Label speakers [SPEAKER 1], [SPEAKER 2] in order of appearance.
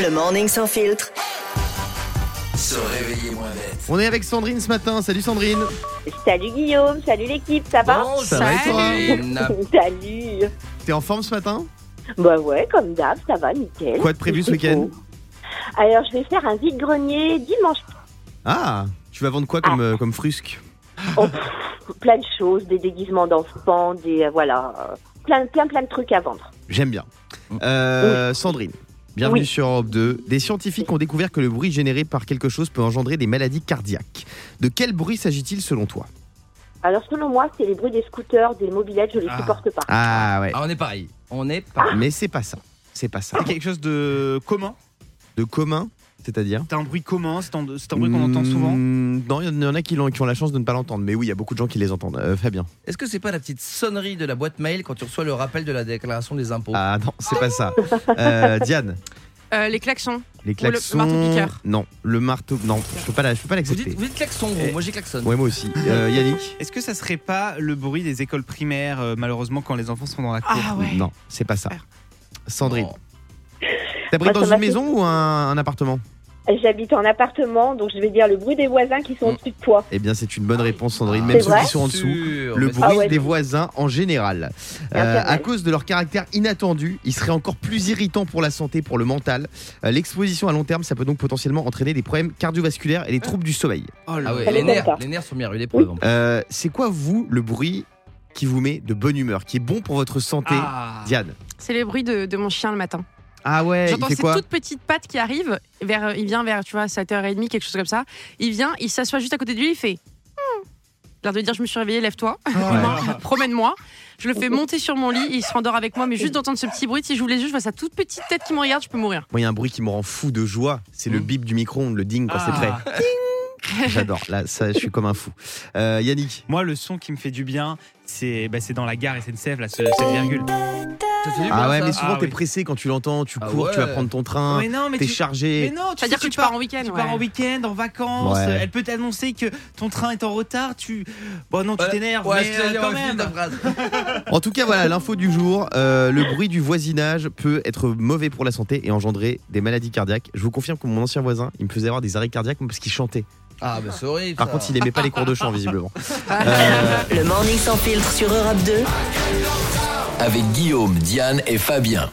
[SPEAKER 1] Le morning sans filtre.
[SPEAKER 2] Se réveiller moins bête.
[SPEAKER 3] On est avec Sandrine ce matin. Salut Sandrine.
[SPEAKER 4] Salut Guillaume, salut l'équipe, ça va
[SPEAKER 3] ça va et toi
[SPEAKER 2] Sandrine.
[SPEAKER 4] Salut
[SPEAKER 3] T'es en forme ce matin
[SPEAKER 4] Bah ouais, comme d'hab, ça va, nickel.
[SPEAKER 3] Quoi de prévu ce
[SPEAKER 4] C'est
[SPEAKER 3] week-end
[SPEAKER 4] beau. Alors je vais faire un vide-grenier dimanche,
[SPEAKER 3] Ah, tu vas vendre quoi comme, euh, comme frusque
[SPEAKER 4] plein de choses, des déguisements d'enfants, des... euh, voilà, euh, plein, plein, plein de trucs à vendre.
[SPEAKER 3] J'aime bien. Euh, Sandrine, bienvenue
[SPEAKER 4] Oui.
[SPEAKER 3] sur Europe 2. Des scientifiques ont découvert que le bruit généré par quelque chose peut engendrer des maladies cardiaques. De quel bruit s'agit-il selon toi
[SPEAKER 4] Alors selon moi, c'est les bruits des scooters, des mobilettes, je les
[SPEAKER 2] Ah.
[SPEAKER 4] supporte pas.
[SPEAKER 3] Ah ouais,
[SPEAKER 2] Ah, on est pareil. On est pareil.
[SPEAKER 3] mais c'est pas ça. C'est pas ça.
[SPEAKER 5] C'est quelque chose de commun.
[SPEAKER 3] De commun, c'est-à-dire
[SPEAKER 5] C'est un bruit commun, c'est un, c'est un bruit qu'on entend souvent.
[SPEAKER 3] Hmm, Non, il y en a qui, l'ont- qui ont la chance de ne pas l'entendre. Mais oui, il y a beaucoup de gens qui les entendent. Euh, Fabien.
[SPEAKER 2] Est-ce que c'est pas la petite sonnerie de la boîte mail quand tu reçois le rappel de la déclaration des
[SPEAKER 5] Oh.
[SPEAKER 2] impôts
[SPEAKER 3] Ah non, c'est pas ça. Euh, Diane,
[SPEAKER 6] Euh, les klaxons.
[SPEAKER 3] les
[SPEAKER 6] le
[SPEAKER 3] klaxons.
[SPEAKER 6] marteau-piqueur.
[SPEAKER 3] Non, le marteau. Non, je peux pas la- je peux pas
[SPEAKER 2] Vous
[SPEAKER 3] l'accepter.
[SPEAKER 2] dites, vous dites klaxon, vous.
[SPEAKER 5] Eh.
[SPEAKER 2] moi j'ai klaxon.
[SPEAKER 3] Ouais, moi aussi. Euh, Yannick
[SPEAKER 5] Est-ce que ça serait pas le bruit des écoles primaires, euh, malheureusement, quand les enfants sont dans la cour
[SPEAKER 3] Non, c'est pas ça. Sandrine,
[SPEAKER 2] Oh.
[SPEAKER 3] t'habites
[SPEAKER 4] Moi, ça
[SPEAKER 3] dans
[SPEAKER 4] m'a
[SPEAKER 3] une
[SPEAKER 4] fait-
[SPEAKER 3] maison ou un, un appartement
[SPEAKER 4] J'habite en appartement, donc je vais dire le bruit des voisins qui sont
[SPEAKER 3] Mm.
[SPEAKER 4] au-dessus de toi.
[SPEAKER 3] Eh bien, c'est une bonne réponse, Sandrine,
[SPEAKER 2] Ah,
[SPEAKER 3] même
[SPEAKER 4] C'est
[SPEAKER 3] ceux
[SPEAKER 4] vrai
[SPEAKER 3] qui sont en dessous.
[SPEAKER 2] Sûr,
[SPEAKER 3] Le
[SPEAKER 2] mais-
[SPEAKER 3] bruit
[SPEAKER 4] Ah ouais,
[SPEAKER 3] des
[SPEAKER 4] mais-
[SPEAKER 3] voisins en général.
[SPEAKER 4] Bien
[SPEAKER 3] Euh,
[SPEAKER 4] sûr,
[SPEAKER 3] à
[SPEAKER 4] oui.
[SPEAKER 3] cause de leur caractère inattendu, il serait encore plus irritant pour la santé, pour le mental. Euh, L'exposition à long terme, ça peut donc potentiellement entraîner des problèmes cardiovasculaires et des troubles du sommeil.
[SPEAKER 5] Oh là
[SPEAKER 2] Ah ouais,
[SPEAKER 4] Ça
[SPEAKER 2] les
[SPEAKER 4] m'étonne
[SPEAKER 2] nerfs,
[SPEAKER 4] pas.
[SPEAKER 2] les nerfs sont mis à rude épreuve.
[SPEAKER 3] Euh, c'est quoi, vous, le bruit qui vous met de bonne humeur, qui est bon pour votre santé
[SPEAKER 5] Ah.
[SPEAKER 3] Diane.
[SPEAKER 6] C'est les bruits de, de mon chien le matin.
[SPEAKER 3] Ah
[SPEAKER 5] Eh,
[SPEAKER 3] ouais, il
[SPEAKER 6] J'entends
[SPEAKER 3] fait
[SPEAKER 6] ces
[SPEAKER 3] quoi
[SPEAKER 6] toutes petites pattes qui arrivent. Vers, euh, il vient vers, tu vois, 7h30, quelque chose comme ça. Il vient, il s'assoit juste à côté de lui, il fait. Hmm. L'air de dire, je me suis réveillée, lève-toi, Humain, promène-moi. Je le fais monter sur mon lit, il se rendort avec moi, mais juste d'entendre ce petit bruit, si j'ouvre les yeux, je vois sa toute petite tête qui me regarde, je peux mourir.
[SPEAKER 3] Moi, il y a un bruit qui me rend fou de joie, c'est le
[SPEAKER 2] Mm.
[SPEAKER 3] bip du micro-ondes, le ding quand c'est prêt.
[SPEAKER 5] Ah.
[SPEAKER 3] J'adore, là, ça, je suis comme un fou. Euh, Yannick,
[SPEAKER 5] Moi, le son qui me fait du bien, c'est bah, c'est dans la gare SNCF, là, ce- cette virgule.
[SPEAKER 2] Ça fait du bien,
[SPEAKER 3] ah ouais,
[SPEAKER 2] ça.
[SPEAKER 3] mais souvent
[SPEAKER 5] Ah
[SPEAKER 3] t'es
[SPEAKER 5] oui.
[SPEAKER 3] pressé quand tu l'entends, tu
[SPEAKER 2] Ah
[SPEAKER 3] cours, tu vas
[SPEAKER 2] ouais.
[SPEAKER 3] prendre ton train,
[SPEAKER 5] mais non, mais
[SPEAKER 3] t'es
[SPEAKER 5] tu, mais
[SPEAKER 3] chargé.
[SPEAKER 5] non, tu,
[SPEAKER 6] C'est-à-dire
[SPEAKER 5] sais,
[SPEAKER 6] que tu pars en week-end.
[SPEAKER 5] tu
[SPEAKER 6] ouais.
[SPEAKER 5] pars en week-end, en vacances,
[SPEAKER 3] Ouais.
[SPEAKER 5] elle peut t'annoncer que ton train est en retard, tu. Bon, non, tu
[SPEAKER 2] Ouais,
[SPEAKER 5] t'énerves,
[SPEAKER 2] ouais,
[SPEAKER 5] mais
[SPEAKER 2] je te
[SPEAKER 5] euh,
[SPEAKER 2] dis,
[SPEAKER 5] quand
[SPEAKER 2] on finit
[SPEAKER 5] même.
[SPEAKER 2] ta phrase.
[SPEAKER 3] En tout cas, voilà l'info du jour. Euh, le bruit du voisinage peut être mauvais pour la santé et engendrer des maladies cardiaques. Je vous confirme que mon ancien voisin, il me faisait avoir des arrêts cardiaques parce qu'il chantait.
[SPEAKER 2] Ah, bah c'est horrible.
[SPEAKER 3] Par
[SPEAKER 2] ça.
[SPEAKER 3] contre, il aimait pas les cours de chant, visiblement.
[SPEAKER 1] Le morning sans filtre sur Europe 2.
[SPEAKER 7] avec Guillaume, Diane et Fabien.